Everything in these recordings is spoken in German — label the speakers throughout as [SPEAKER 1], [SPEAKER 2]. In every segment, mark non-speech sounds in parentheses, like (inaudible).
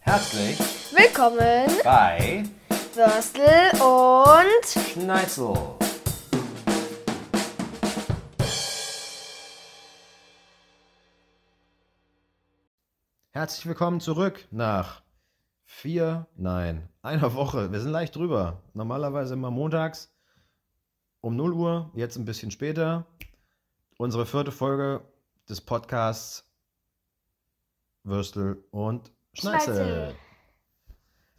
[SPEAKER 1] Herzlich
[SPEAKER 2] Willkommen,
[SPEAKER 1] bei
[SPEAKER 2] Würstel und
[SPEAKER 1] Schneitzel. Herzlich willkommen zurück nach vier, nein, einer Woche. Wir sind leicht drüber. Normalerweise immer montags um 0 Uhr, jetzt ein bisschen später. Unsere vierte Folge des Podcasts Würstel und Schneizel.
[SPEAKER 2] Schneizel.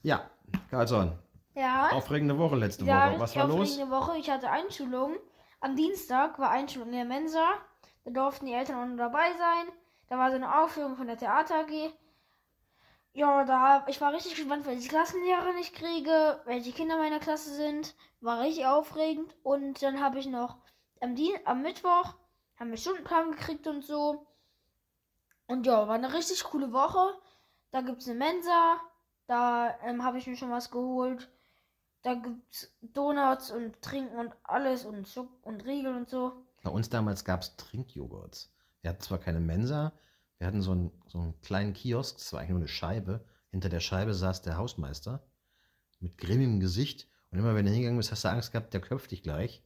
[SPEAKER 1] Ja, Karlsson,
[SPEAKER 2] ja,
[SPEAKER 1] aufregende Woche letzte
[SPEAKER 2] ja,
[SPEAKER 1] Woche. Was
[SPEAKER 2] richtig
[SPEAKER 1] war los?
[SPEAKER 2] aufregende Woche. Ich hatte Einschulung. Am Dienstag war Einschulung in der Mensa. Da durften die Eltern auch noch dabei sein. Da war so eine Aufführung von der Theater AG. Ja, da ich war richtig gespannt, welche Klassenlehrerin ich kriege, welche Kinder meiner Klasse sind. War richtig aufregend. Und dann habe ich noch am, Dien am Mittwoch haben wir Stundenplan gekriegt und so. Und ja, war eine richtig coole Woche. Da gibt es eine Mensa. Da ähm, habe ich mir schon was geholt. Da gibt's Donuts und Trinken und alles und Schuck und Riegel und so.
[SPEAKER 1] Bei uns damals gab es Trinkjoghurts. Wir hatten zwar keine Mensa, wir hatten so einen, so einen kleinen Kiosk, das war eigentlich nur eine Scheibe. Hinter der Scheibe saß der Hausmeister mit grimmigem Gesicht. Und immer wenn du hingegangen bist, hast du Angst gehabt, der köpft dich gleich.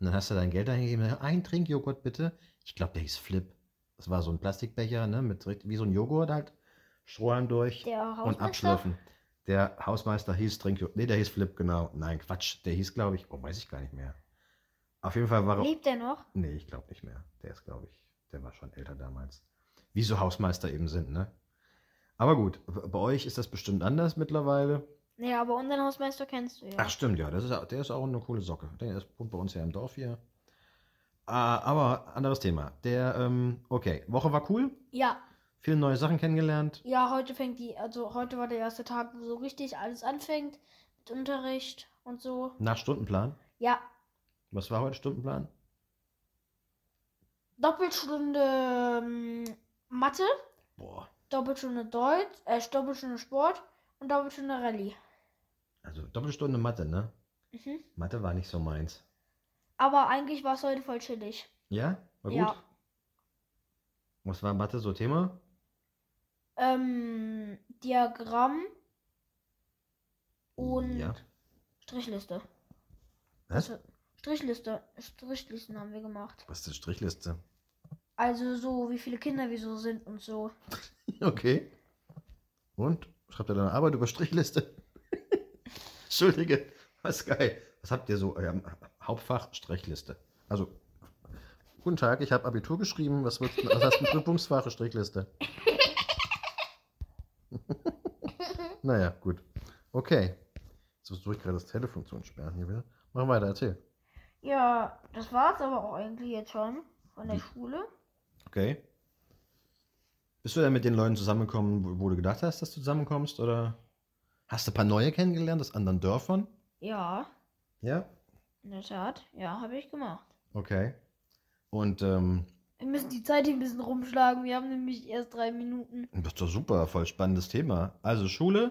[SPEAKER 1] Und dann hast du dein Geld eingegeben, ein Trinkjoghurt bitte. Ich glaube, der hieß Flip. Das war so ein Plastikbecher, ne, mit richt- wie so ein Joghurt halt. Strohhalm durch.
[SPEAKER 2] Der
[SPEAKER 1] und
[SPEAKER 2] Hausmeister.
[SPEAKER 1] abschlürfen. Der Hausmeister hieß Trinkjoghurt. Nee, der hieß Flip, genau. Nein, Quatsch. Der hieß, glaube ich, oh, weiß ich gar nicht mehr. Auf jeden Fall war er.
[SPEAKER 2] Lebt er noch?
[SPEAKER 1] Nee, ich glaube nicht mehr. Der ist, glaube ich, der war schon älter damals. Wie so Hausmeister eben sind, ne? Aber gut, b- bei euch ist das bestimmt anders mittlerweile.
[SPEAKER 2] Nee, aber unseren Hausmeister kennst du ja.
[SPEAKER 1] Ach stimmt, ja, das ist, auch- der ist auch eine coole Socke. Der ist wohnt bei uns ja im Dorf hier. Ah, aber anderes Thema. Der, ähm, okay, Woche war cool.
[SPEAKER 2] Ja,
[SPEAKER 1] Viele neue Sachen kennengelernt.
[SPEAKER 2] ja, heute fängt die, also heute war der erste Tag, wo so richtig alles anfängt mit Unterricht und so.
[SPEAKER 1] Nach Stundenplan.
[SPEAKER 2] Ja,
[SPEAKER 1] Was war heute Stundenplan?
[SPEAKER 2] Doppelstunde ähm, Mathe,
[SPEAKER 1] Boah,
[SPEAKER 2] Doppelstunde Deutsch, äh, Doppelstunde Sport und Doppelstunde Rallye.
[SPEAKER 1] also Doppelstunde Mathe, ne?
[SPEAKER 2] Mhm.
[SPEAKER 1] Mathe war nicht so meins.
[SPEAKER 2] Aber eigentlich war es heute voll chillig.
[SPEAKER 1] Ja? War gut?
[SPEAKER 2] Ja.
[SPEAKER 1] Was war Mathe so Thema?
[SPEAKER 2] Ähm, Diagramm und
[SPEAKER 1] Ja.
[SPEAKER 2] Strichliste.
[SPEAKER 1] Was?
[SPEAKER 2] Also, Strichliste. Strichlisten haben wir gemacht.
[SPEAKER 1] Was ist das Strichliste?
[SPEAKER 2] Also so, wie viele Kinder wir so sind und so.
[SPEAKER 1] (laughs) Okay. Und? Schreibt ihr deine Arbeit über Strichliste? (laughs) Entschuldige, was geil. Was habt ihr so? Ähm, Hauptfach Strichliste. Also, guten Tag, ich habe Abitur geschrieben. Was, wird's- was hast du Prüfungsfach Strichliste? (laughs) naja, gut. Okay. Jetzt versuche ich gerade das Telefon zu entsperren hier wieder. Mach weiter, erzähl.
[SPEAKER 2] Ja, das war's aber auch eigentlich jetzt schon von der
[SPEAKER 1] Wie-
[SPEAKER 2] Schule.
[SPEAKER 1] Okay. Bist du denn mit den Leuten zusammengekommen, wo- wo du gedacht hast, dass du zusammenkommst? Oder hast du ein paar neue kennengelernt aus anderen Dörfern?
[SPEAKER 2] Ja,
[SPEAKER 1] Ja.
[SPEAKER 2] in der Tat. Ja, habe ich gemacht.
[SPEAKER 1] Okay. Und ähm,
[SPEAKER 2] Wir müssen die Zeit hier ein bisschen rumschlagen. Wir haben nämlich erst drei Minuten.
[SPEAKER 1] das ist doch super, voll spannendes Thema. Also Schule,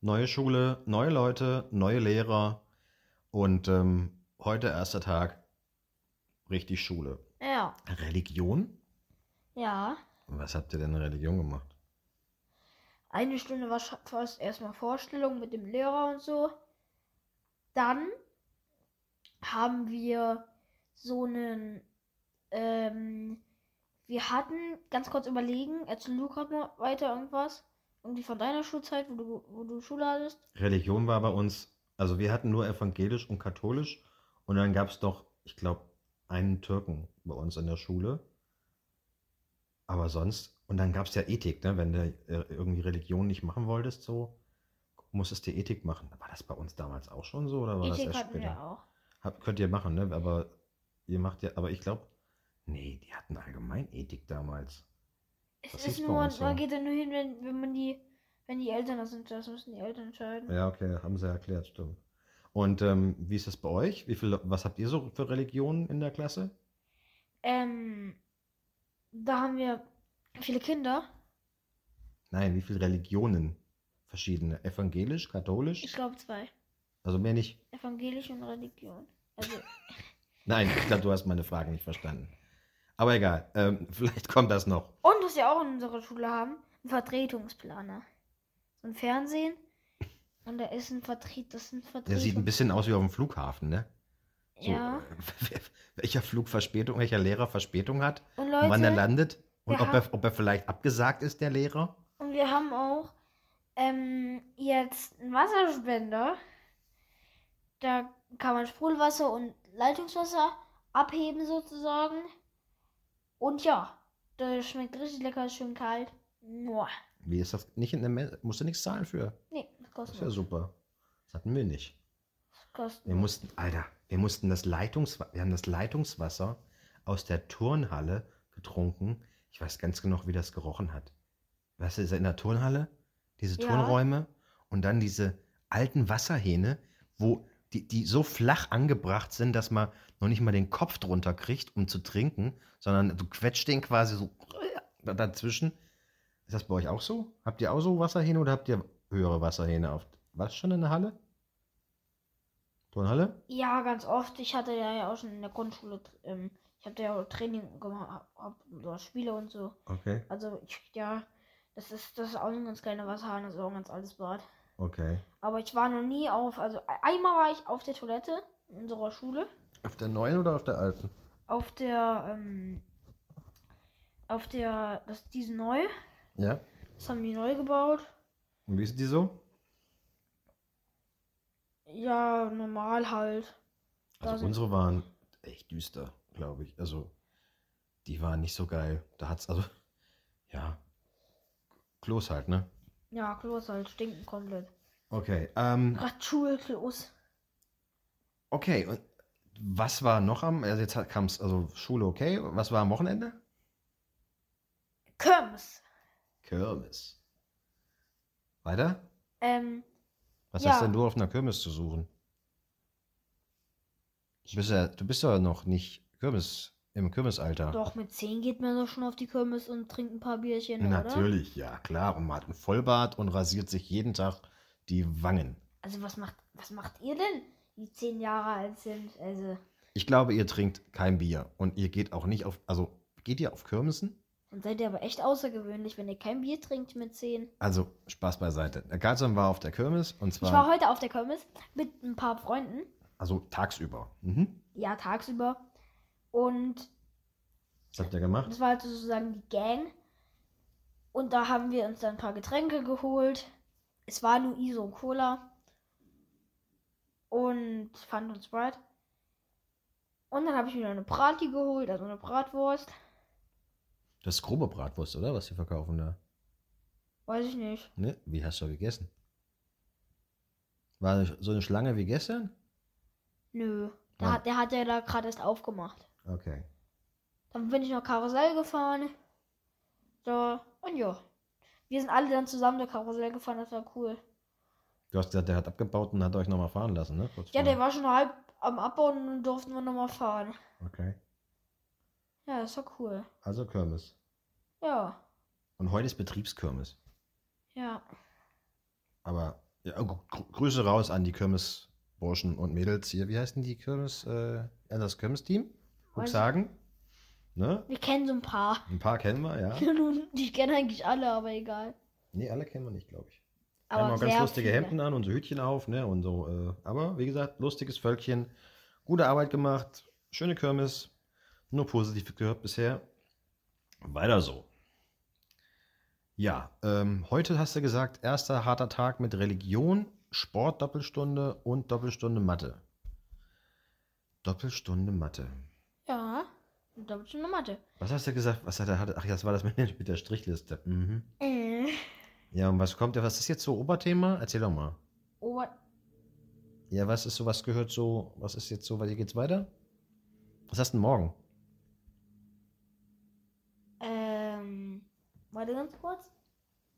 [SPEAKER 1] neue Schule, neue Leute, neue Lehrer und ähm, heute erster Tag richtig Schule.
[SPEAKER 2] Ja.
[SPEAKER 1] Religion?
[SPEAKER 2] Ja.
[SPEAKER 1] Was habt ihr denn in Religion gemacht?
[SPEAKER 2] Eine Stunde war scha- fast erstmal Vorstellung mit dem Lehrer und so. Dann haben wir so einen. Ähm, wir hatten ganz kurz überlegen, erzähl du gerade mal weiter irgendwas. Irgendwie von deiner Schulzeit, wo du, wo du Schule hattest.
[SPEAKER 1] Religion war bei uns, also wir hatten nur evangelisch und katholisch und dann gab es noch, ich glaube, einen Türken bei uns in der Schule. Aber sonst, und dann gab es ja Ethik, ne? wenn du äh, irgendwie Religion nicht machen wolltest, so musstest du Ethik machen. War das bei uns damals auch schon so oder war
[SPEAKER 2] Ethik
[SPEAKER 1] das erst
[SPEAKER 2] hatten
[SPEAKER 1] später?
[SPEAKER 2] wir auch.
[SPEAKER 1] Hab, könnt ihr machen, ne? Aber ihr macht ja, aber ich glaube, nee, die hatten allgemein Ethik damals.
[SPEAKER 2] Es
[SPEAKER 1] Das
[SPEAKER 2] ist
[SPEAKER 1] hieß bei
[SPEAKER 2] nur,
[SPEAKER 1] uns so.
[SPEAKER 2] man geht da nur hin, wenn, wenn man die, wenn die Eltern das sind, das müssen die Eltern entscheiden.
[SPEAKER 1] Ja, okay, haben sie erklärt, stimmt. Und ähm, wie ist das bei euch? Wie viel, was habt ihr so für Religionen in der Klasse?
[SPEAKER 2] Ähm, da haben wir viele Kinder.
[SPEAKER 1] Nein, wie viele Religionen? Verschiedene. Evangelisch,
[SPEAKER 2] Ich
[SPEAKER 1] katholisch?
[SPEAKER 2] glaube zwei.
[SPEAKER 1] Also mehr nicht.
[SPEAKER 2] Evangelisch und Religion. Also,
[SPEAKER 1] Nein, ich glaube, du hast meine Frage nicht verstanden. Aber egal, ähm, (laughs) vielleicht kommt das noch.
[SPEAKER 2] und was wir auch in unserer Schule haben, ein Vertretungsplaner. und Fernsehen. Und da ist ein Vertrieb, das ist ein Vertrieb.
[SPEAKER 1] Der sieht ein bisschen aus wie auf dem Flughafen, ne? So, (laughs)
[SPEAKER 2] Ja.
[SPEAKER 1] äh, welcher Flug Verspätung, welcher Lehrer Verspätung hat
[SPEAKER 2] Und Leute,
[SPEAKER 1] und wann er landet und
[SPEAKER 2] wir
[SPEAKER 1] ob er, ob er vielleicht abgesagt ist, der Lehrer.
[SPEAKER 2] Und wir haben auch ähm, jetzt einen Wasserspender. Da kann man Sprudelwasser und Leitungswasser abheben sozusagen. Und ja, das schmeckt richtig lecker, ist schön kalt. Mua.
[SPEAKER 1] Wie ist das? Nicht in der Me musst du nichts zahlen für.
[SPEAKER 2] Nee, das
[SPEAKER 1] Das
[SPEAKER 2] kostet
[SPEAKER 1] ist ja
[SPEAKER 2] nichts.
[SPEAKER 1] super. Das hatten wir nicht.
[SPEAKER 2] Das kostet
[SPEAKER 1] Wir
[SPEAKER 2] nichts.
[SPEAKER 1] mussten, Alter, wir mussten das Leitungswasser, wir haben das Leitungswasser aus der Turnhalle getrunken. Ich weiß ganz genau, wie das gerochen hat. Weißt du, ist in der Turnhalle, diese
[SPEAKER 2] Ja.
[SPEAKER 1] Turnräume und dann diese alten Wasserhähne, wo die, die so flach angebracht sind, dass man noch nicht mal den Kopf drunter kriegt, um zu trinken, sondern du quetscht den quasi so dazwischen. Ist das bei euch auch so? Habt ihr auch so Wasserhähne oder habt ihr höhere Wasserhähne auf? Was schon in der Halle? Turnhalle?
[SPEAKER 2] Ja, ganz oft. Ich hatte ja ja auch schon in der Grundschule, ähm, ich habe da ja auch Training gemacht, hab, so Spiele und so.
[SPEAKER 1] Okay,
[SPEAKER 2] Also ich, ja, das ist, das ist auch ein ganz kleiner Wasserhahn, das ist auch ein ganz altes Bad.
[SPEAKER 1] okay.
[SPEAKER 2] Aber ich war noch nie auf, also e- einmal war ich auf der Toilette in unserer Schule,
[SPEAKER 1] Auf der neuen oder auf der alten?
[SPEAKER 2] auf der, ähm, auf der, das ist diese neu,
[SPEAKER 1] Ja.
[SPEAKER 2] das haben die neu gebaut.
[SPEAKER 1] Und wie ist die so?
[SPEAKER 2] Ja, normal halt. Da
[SPEAKER 1] Also
[SPEAKER 2] sind-
[SPEAKER 1] unsere waren echt düster, glaube ich. Also die waren nicht so geil. Da hat's also (laughs) ja Klos halt, ne?
[SPEAKER 2] Ja, Klos halt, stinken komplett.
[SPEAKER 1] Okay. Ähm,
[SPEAKER 2] Ach, Schulklos.
[SPEAKER 1] okay. Und was war noch am? Also jetzt kam es also Schule okay. Was war am Wochenende?
[SPEAKER 2] Kirmes.
[SPEAKER 1] Kirmes. Weiter?
[SPEAKER 2] Ähm,
[SPEAKER 1] Was
[SPEAKER 2] Ja.
[SPEAKER 1] hast denn du auf einer Kirmes zu suchen? Du bist ja, du bist ja noch nicht Kirmes im Kirmesalter.
[SPEAKER 2] doch, mit 10 geht man doch schon auf die Kirmes und trinkt ein paar Bierchen, oder?
[SPEAKER 1] Natürlich, ja, klar. Und man hat einen Vollbart und rasiert sich jeden Tag die Wangen.
[SPEAKER 2] Also was macht, was macht ihr denn, die 10 Jahre alt sind? Also,
[SPEAKER 1] Ich glaube, ihr trinkt kein Bier und ihr geht auch nicht auf. Also, geht ihr auf Kirmesen?
[SPEAKER 2] dann seid ihr aber echt außergewöhnlich, wenn ihr kein Bier trinkt mit 10.
[SPEAKER 1] Also, Spaß beiseite. Der Carlson war auf der Kirmes und
[SPEAKER 2] Ich war
[SPEAKER 1] zwar
[SPEAKER 2] heute auf der Kirmes mit ein paar Freunden.
[SPEAKER 1] also tagsüber. Mhm.
[SPEAKER 2] Ja, tagsüber. Und
[SPEAKER 1] Was habt ihr gemacht?
[SPEAKER 2] das war halt sozusagen die Gang. Und da haben wir uns dann ein paar Getränke geholt. Es war nur ISO und Cola. Und Fanta und Sprite. Und dann habe ich mir noch eine Brati geholt, also eine Bratwurst.
[SPEAKER 1] Das ist grobe Bratwurst, oder? Was sie verkaufen da.
[SPEAKER 2] Weiß ich nicht.
[SPEAKER 1] Ne? Wie hast du gegessen? War so eine Schlange wie gestern?
[SPEAKER 2] Nö. Der,
[SPEAKER 1] Ah.
[SPEAKER 2] hat, der hat ja da gerade erst aufgemacht.
[SPEAKER 1] Okay.
[SPEAKER 2] Dann bin ich noch Karussell gefahren. So, und ja. Wir sind alle dann zusammen der Karussell gefahren, das war cool.
[SPEAKER 1] Du hast gesagt, der hat abgebaut und hat euch nochmal fahren lassen, ne? Kurz
[SPEAKER 2] Ja, der
[SPEAKER 1] vorher.
[SPEAKER 2] war schon halb am Abbauen und dann durften wir nochmal fahren.
[SPEAKER 1] Okay.
[SPEAKER 2] Ja, das war cool.
[SPEAKER 1] Also Kirmes.
[SPEAKER 2] Ja,
[SPEAKER 1] Und heute ist Betriebskirmes.
[SPEAKER 2] ja.
[SPEAKER 1] Aber ja, gu- gr- Grüße raus an die Kirmes-Burschen und Mädels hier. Wie heißen die Kirmes? Äh, ja, das Kirmes-Team? Huxhagen? Ne?
[SPEAKER 2] Wir kennen so ein paar. (laughs)
[SPEAKER 1] Ein paar kennen wir, ja.
[SPEAKER 2] Nun, Ich kenne eigentlich alle, aber egal.
[SPEAKER 1] Nee, alle kennen wir nicht, glaube ich. Wir
[SPEAKER 2] Aber
[SPEAKER 1] haben auch ganz
[SPEAKER 2] sehr
[SPEAKER 1] lustige
[SPEAKER 2] viele.
[SPEAKER 1] Hemden an und so Hütchen auf, ne? Und so. Äh, aber wie gesagt, lustiges Völkchen. Gute Arbeit gemacht. Schöne Kirmes. Nur positiv gehört bisher. Weiter so. Ja, ähm, heute hast du gesagt, erster harter Tag mit Religion, Sport Doppelstunde und Doppelstunde Mathe. Doppelstunde Mathe.
[SPEAKER 2] Ja, und da bin ich in der Mathe.
[SPEAKER 1] Was hast du gesagt? Was hat er hatte? Ach, ja, das war das mit der, mit der Strichliste. Mhm.
[SPEAKER 2] Äh,
[SPEAKER 1] Ja, und was kommt? Was ist jetzt so Oberthema? Erzähl doch mal.
[SPEAKER 2] Ober
[SPEAKER 1] Ja, was ist so, was gehört so, was ist jetzt so, wie geht's weiter? Was hast du denn morgen?
[SPEAKER 2] ähm, warte ganz kurz.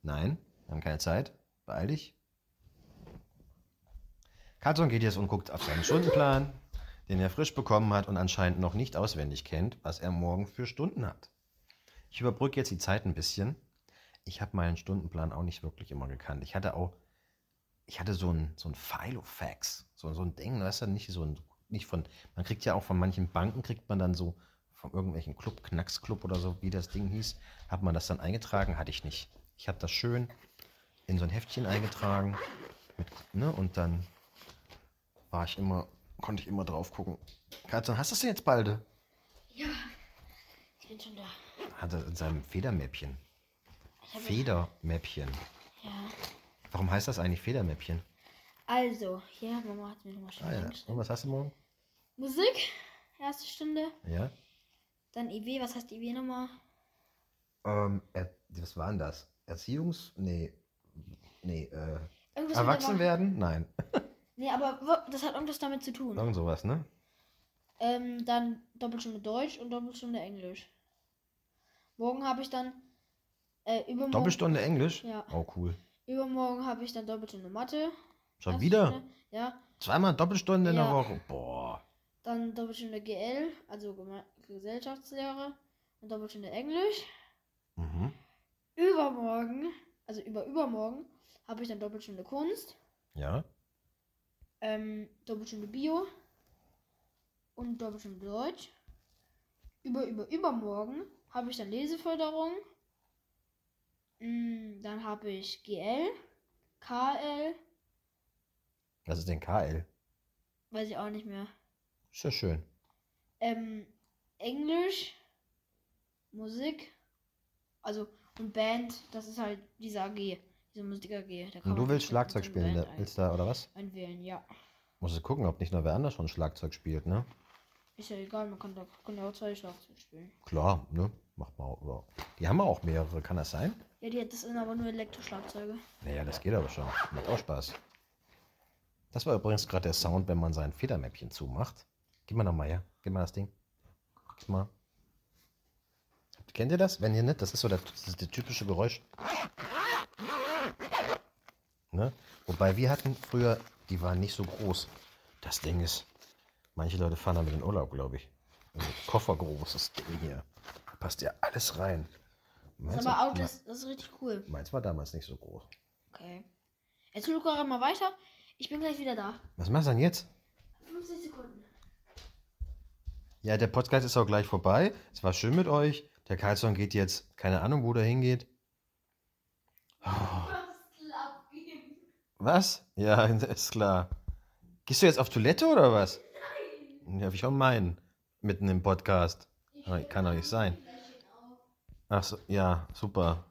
[SPEAKER 1] Nein, wir haben keine Zeit. Beeil dich. Carlson geht jetzt und guckt auf seinen Stundenplan, den er frisch bekommen hat und anscheinend noch nicht auswendig kennt, was er morgen für Stunden hat. Ich überbrücke jetzt die Zeit ein bisschen. Ich habe meinen Stundenplan auch nicht wirklich immer gekannt. Ich hatte auch, ich hatte so ein, so ein Filofax, so, so ein Ding, weißt du, nicht so ein, nicht von, man kriegt ja auch von manchen Banken, kriegt man dann so, von irgendwelchen Club, Knacksclub oder so, wie das Ding hieß, hat man das dann eingetragen, hatte ich nicht. Ich habe das schön in so ein Heftchen eingetragen. Mit, ne? Und dann war ich immer, konnte ich immer drauf gucken. Katze, hast du es jetzt bald?
[SPEAKER 2] Ja, ich bin schon da.
[SPEAKER 1] Hat er in seinem Federmäppchen.
[SPEAKER 2] Ich hab-
[SPEAKER 1] Federmäppchen.
[SPEAKER 2] Ja.
[SPEAKER 1] Warum heißt das eigentlich Federmäppchen?
[SPEAKER 2] Also, hier, Mama hat mir nochmal schon
[SPEAKER 1] Ah ja. Und
[SPEAKER 2] reingeschrieben.
[SPEAKER 1] was hast du morgen?
[SPEAKER 2] Musik, erste Stunde.
[SPEAKER 1] Ja.
[SPEAKER 2] Dann IW, was heißt IW nochmal?
[SPEAKER 1] Ähm, er, was war denn das? Erziehungs. Nee. Nee, äh.
[SPEAKER 2] Irgendwas mit
[SPEAKER 1] Erwachsen
[SPEAKER 2] der Wa-
[SPEAKER 1] werden? Nein.
[SPEAKER 2] Nee, aber wo- das hat irgendwas damit zu tun.
[SPEAKER 1] Irgend sowas, ne?
[SPEAKER 2] Ähm, dann Doppelstunde Deutsch und Doppelstunde Englisch. Morgen habe ich dann äh, übermorgen,
[SPEAKER 1] Doppelstunde Englisch?
[SPEAKER 2] Ja.
[SPEAKER 1] Oh, cool.
[SPEAKER 2] übermorgen habe ich dann Doppelstunde Mathe.
[SPEAKER 1] Schon
[SPEAKER 2] erste
[SPEAKER 1] wieder?
[SPEAKER 2] Stunde, Ja,
[SPEAKER 1] Zweimal Doppelstunde in der
[SPEAKER 2] Ja.
[SPEAKER 1] Woche? Boah.
[SPEAKER 2] dann Doppelstunde GL, also Geme Gesellschaftslehre und Doppelstunde Englisch.
[SPEAKER 1] Mhm.
[SPEAKER 2] Übermorgen, also über übermorgen habe ich dann Doppelstunde Kunst,
[SPEAKER 1] Ja.
[SPEAKER 2] ähm, Doppelstunde Bio und Doppelstunde Deutsch. Über über übermorgen habe ich dann Leseförderung. Mm, dann habe ich GL, KL,
[SPEAKER 1] Was ist denn KL?
[SPEAKER 2] weiß ich auch nicht mehr.
[SPEAKER 1] Ist ja schön.
[SPEAKER 2] Ähm, Englisch, Musik, also und Band, das ist halt diese AG, diese Musik AG. Da kann
[SPEAKER 1] Und du
[SPEAKER 2] man halt
[SPEAKER 1] willst
[SPEAKER 2] sich
[SPEAKER 1] Schlagzeug
[SPEAKER 2] dann
[SPEAKER 1] spielen,
[SPEAKER 2] Band
[SPEAKER 1] da-
[SPEAKER 2] Oh, ein-
[SPEAKER 1] willst da, oder was?
[SPEAKER 2] einwählen, ja.
[SPEAKER 1] Musst du gucken, ob nicht noch wer anders schon Schlagzeug spielt, ne?
[SPEAKER 2] Ist ja egal, man kann da kann ja auch zwei Schlagzeug spielen.
[SPEAKER 1] Klar, ne? Macht mal. Oder. Die haben auch mehrere, kann das sein?
[SPEAKER 2] Ja, die, das sind aber nur Elektroschlagzeuge.
[SPEAKER 1] Naja, das geht aber schon. Macht auch Spaß. Das war übrigens gerade der Sound, wenn man sein Federmäppchen zumacht. Gib mal nochmal her. Gib mal das Ding. Gib mal. Kennt ihr das? Wenn ihr nicht, das ist so der, das ist der typische Geräusch. Ne? Wobei wir hatten früher, die waren nicht so groß. Das Ding ist, manche Leute fahren damit in Urlaub, glaube ich. Also koffergroßes Ding hier. Da passt ja alles rein.
[SPEAKER 2] Das
[SPEAKER 1] Meins,
[SPEAKER 2] ist aber auch, das, das ist richtig cool.
[SPEAKER 1] meins war damals nicht so groß.
[SPEAKER 2] Okay. Erzähl du gerade mal weiter. Ich bin gleich wieder da.
[SPEAKER 1] Was machst du denn jetzt?
[SPEAKER 2] 50 Sekunden.
[SPEAKER 1] Ja, der Podcast ist auch gleich vorbei. Es war schön mit euch. Der Karlsson geht jetzt, keine Ahnung, wo der hingeht. Oh. Was? Ja, (laughs) ist klar. Gehst du jetzt auf Toilette oder was? Nein. Ja, wie schon meinen. Mitten im Podcast. Aber Oh, Kann doch nicht sein. Ach so, ja, super.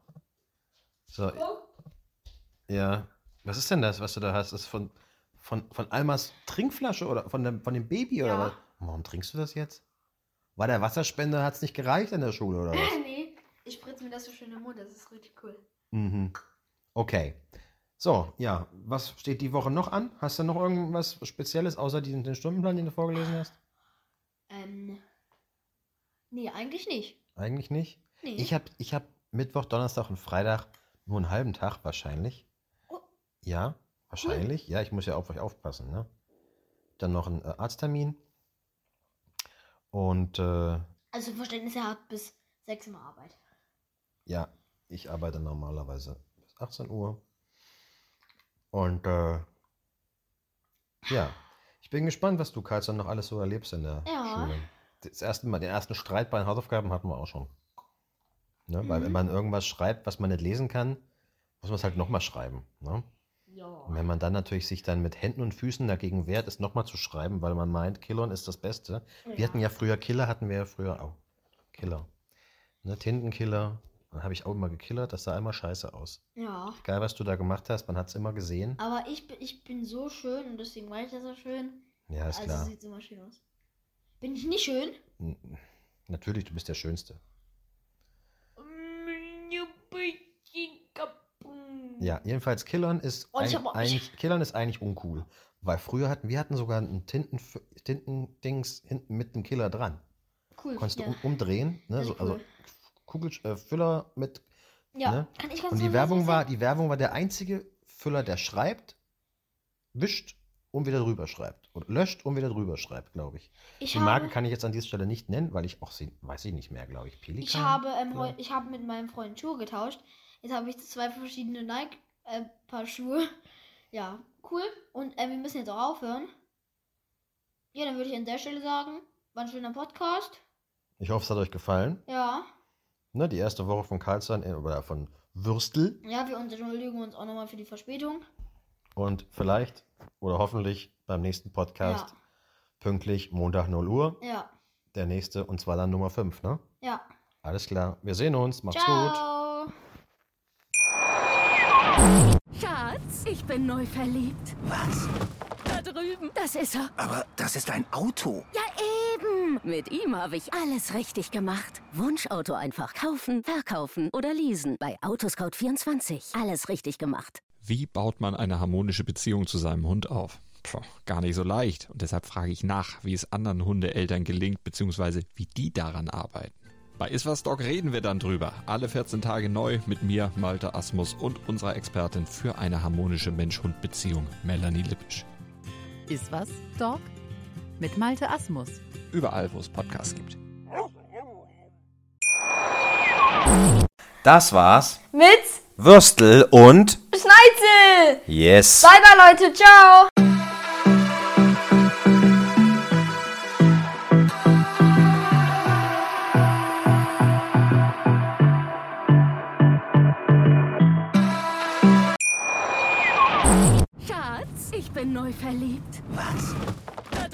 [SPEAKER 1] So, ja. Was ist denn das, was du da hast? Ist von, von, von Almas Trinkflasche oder von dem, von dem Baby oder
[SPEAKER 2] Ja.
[SPEAKER 1] was? Warum trinkst du das jetzt? War der Wasserspender, hat es nicht gereicht in der Schule oder was?
[SPEAKER 2] (laughs) nee, ich spritze mir das so schön im Mund, das ist richtig cool.
[SPEAKER 1] Mhm. Okay. So, ja, was steht die Woche noch an? Hast du noch irgendwas Spezielles außer diesen, den Stundenplan, den du vorgelesen hast?
[SPEAKER 2] Ähm. Nee, eigentlich nicht.
[SPEAKER 1] Eigentlich nicht.
[SPEAKER 2] Nee.
[SPEAKER 1] Ich habe ich hab Mittwoch, Donnerstag und Freitag nur einen halben Tag wahrscheinlich.
[SPEAKER 2] Oh.
[SPEAKER 1] Ja, wahrscheinlich. Ja, ich muss ja auf euch aufpassen. Ne? Dann noch ein äh, Arzttermin. Und äh,
[SPEAKER 2] also Verständnis, er hat bis 6 Uhr Arbeit.
[SPEAKER 1] Ja, ich arbeite normalerweise bis 18 Uhr. Und äh, ja, ich bin gespannt, was du, Karlsson, noch alles so erlebst in der
[SPEAKER 2] Ja.
[SPEAKER 1] Schule. Das erste Mal, den ersten Streit bei den Hausaufgaben hatten wir auch schon. Ne? Weil wenn
[SPEAKER 2] Mhm.
[SPEAKER 1] man irgendwas schreibt, was man nicht lesen kann, muss man es halt nochmal schreiben. Ne?
[SPEAKER 2] Ja.
[SPEAKER 1] Und wenn man dann natürlich sich dann mit Händen und Füßen dagegen wehrt, es nochmal zu schreiben, weil man meint, Killon ist das Beste, wir hatten ja früher Killer, hatten wir ja früher auch. Killer. Ne, Tintenkiller. Dann habe ich auch immer gekillert. Das sah immer scheiße aus.
[SPEAKER 2] Ja.
[SPEAKER 1] Egal, was du da gemacht hast, man hat es immer gesehen.
[SPEAKER 2] Aber ich, bin- ich bin so schön und deswegen war ich das so schön.
[SPEAKER 1] Ja, ist
[SPEAKER 2] also
[SPEAKER 1] klar.
[SPEAKER 2] sieht immer schön aus. Bin ich nicht schön?
[SPEAKER 1] N- Natürlich, du bist der Schönste. Ja, jedenfalls Killern ist,
[SPEAKER 2] Und ich
[SPEAKER 1] ein,
[SPEAKER 2] hab auch-
[SPEAKER 1] eigentlich, Killern ist eigentlich uncool. Weil früher hatten wir hatten sogar ein Tinten, Tintendings hinten mit dem Killer dran.
[SPEAKER 2] Cool.
[SPEAKER 1] Konntest
[SPEAKER 2] ja.
[SPEAKER 1] du um, umdrehen. Ne?
[SPEAKER 2] Das
[SPEAKER 1] So,
[SPEAKER 2] ist
[SPEAKER 1] Also
[SPEAKER 2] cool.
[SPEAKER 1] Kugel, äh, Füller mit
[SPEAKER 2] ja.
[SPEAKER 1] ne?
[SPEAKER 2] Kann ich ganz
[SPEAKER 1] Und
[SPEAKER 2] kurz
[SPEAKER 1] die
[SPEAKER 2] was
[SPEAKER 1] Werbung war,
[SPEAKER 2] erzählen?
[SPEAKER 1] die Werbung war der einzige Füller, der schreibt, wischt und wieder drüber schreibt. Oder löscht und wieder drüber schreibt, glaube ich.
[SPEAKER 2] Ich
[SPEAKER 1] die
[SPEAKER 2] habe,
[SPEAKER 1] Marke kann ich jetzt an dieser Stelle nicht nennen, weil ich auch sie, weiß ich nicht mehr, glaube ich. Pelikan?
[SPEAKER 2] ich habe, ähm, heu,
[SPEAKER 1] Ja.
[SPEAKER 2] ich habe mit meinem Freund Schuhe getauscht. Jetzt habe ich zwei verschiedene Nike äh, Paar Schuhe. (laughs) Ja, cool. Und ähm, wir müssen jetzt auch aufhören. Ja, dann würde ich an der Stelle sagen, war ein schöner Podcast.
[SPEAKER 1] Ich hoffe, es hat euch gefallen.
[SPEAKER 2] Ja.
[SPEAKER 1] Ne, die erste Woche von Karlsson äh, oder von Würstel.
[SPEAKER 2] Ja, wir entschuldigen uns auch nochmal für die Verspätung.
[SPEAKER 1] Und vielleicht oder hoffentlich beim nächsten Podcast pünktlich Montag 0 Uhr.
[SPEAKER 2] Ja, ja,
[SPEAKER 1] Der nächste und zwar dann Nummer 5, ne?
[SPEAKER 2] ja.
[SPEAKER 1] Alles klar. Wir sehen uns. Macht's gut.
[SPEAKER 2] Ciao.
[SPEAKER 3] Schatz, ich bin neu verliebt.
[SPEAKER 4] Was?
[SPEAKER 3] Da drüben. Das ist er.
[SPEAKER 4] Aber das ist ein Auto.
[SPEAKER 3] Ja, eben. Mit ihm habe ich alles richtig gemacht. Wunschauto einfach kaufen, verkaufen oder leasen. Bei Autoscout24. Alles richtig gemacht.
[SPEAKER 5] Wie baut man eine harmonische Beziehung zu seinem Hund auf? Puh, gar nicht so leicht. Und deshalb frage ich nach, wie es anderen Hundeeltern gelingt, beziehungsweise wie die daran arbeiten. Bei Iswas Dog reden wir dann drüber. Alle 14 Tage neu mit mir, Malte Asmus und unserer Expertin für eine harmonische Mensch-Hund-Beziehung, Melanie Lippisch.
[SPEAKER 6] Ist was, Dog? Mit Malte Asmus.
[SPEAKER 5] Überall, wo es Podcasts gibt.
[SPEAKER 7] Das war's.
[SPEAKER 8] mit
[SPEAKER 7] Würstel und
[SPEAKER 8] Schneitzel.
[SPEAKER 7] Yes.
[SPEAKER 8] Bye bye Leute, ciao.
[SPEAKER 3] Schatz, ich bin neu verliebt.
[SPEAKER 4] Was?
[SPEAKER 3] Da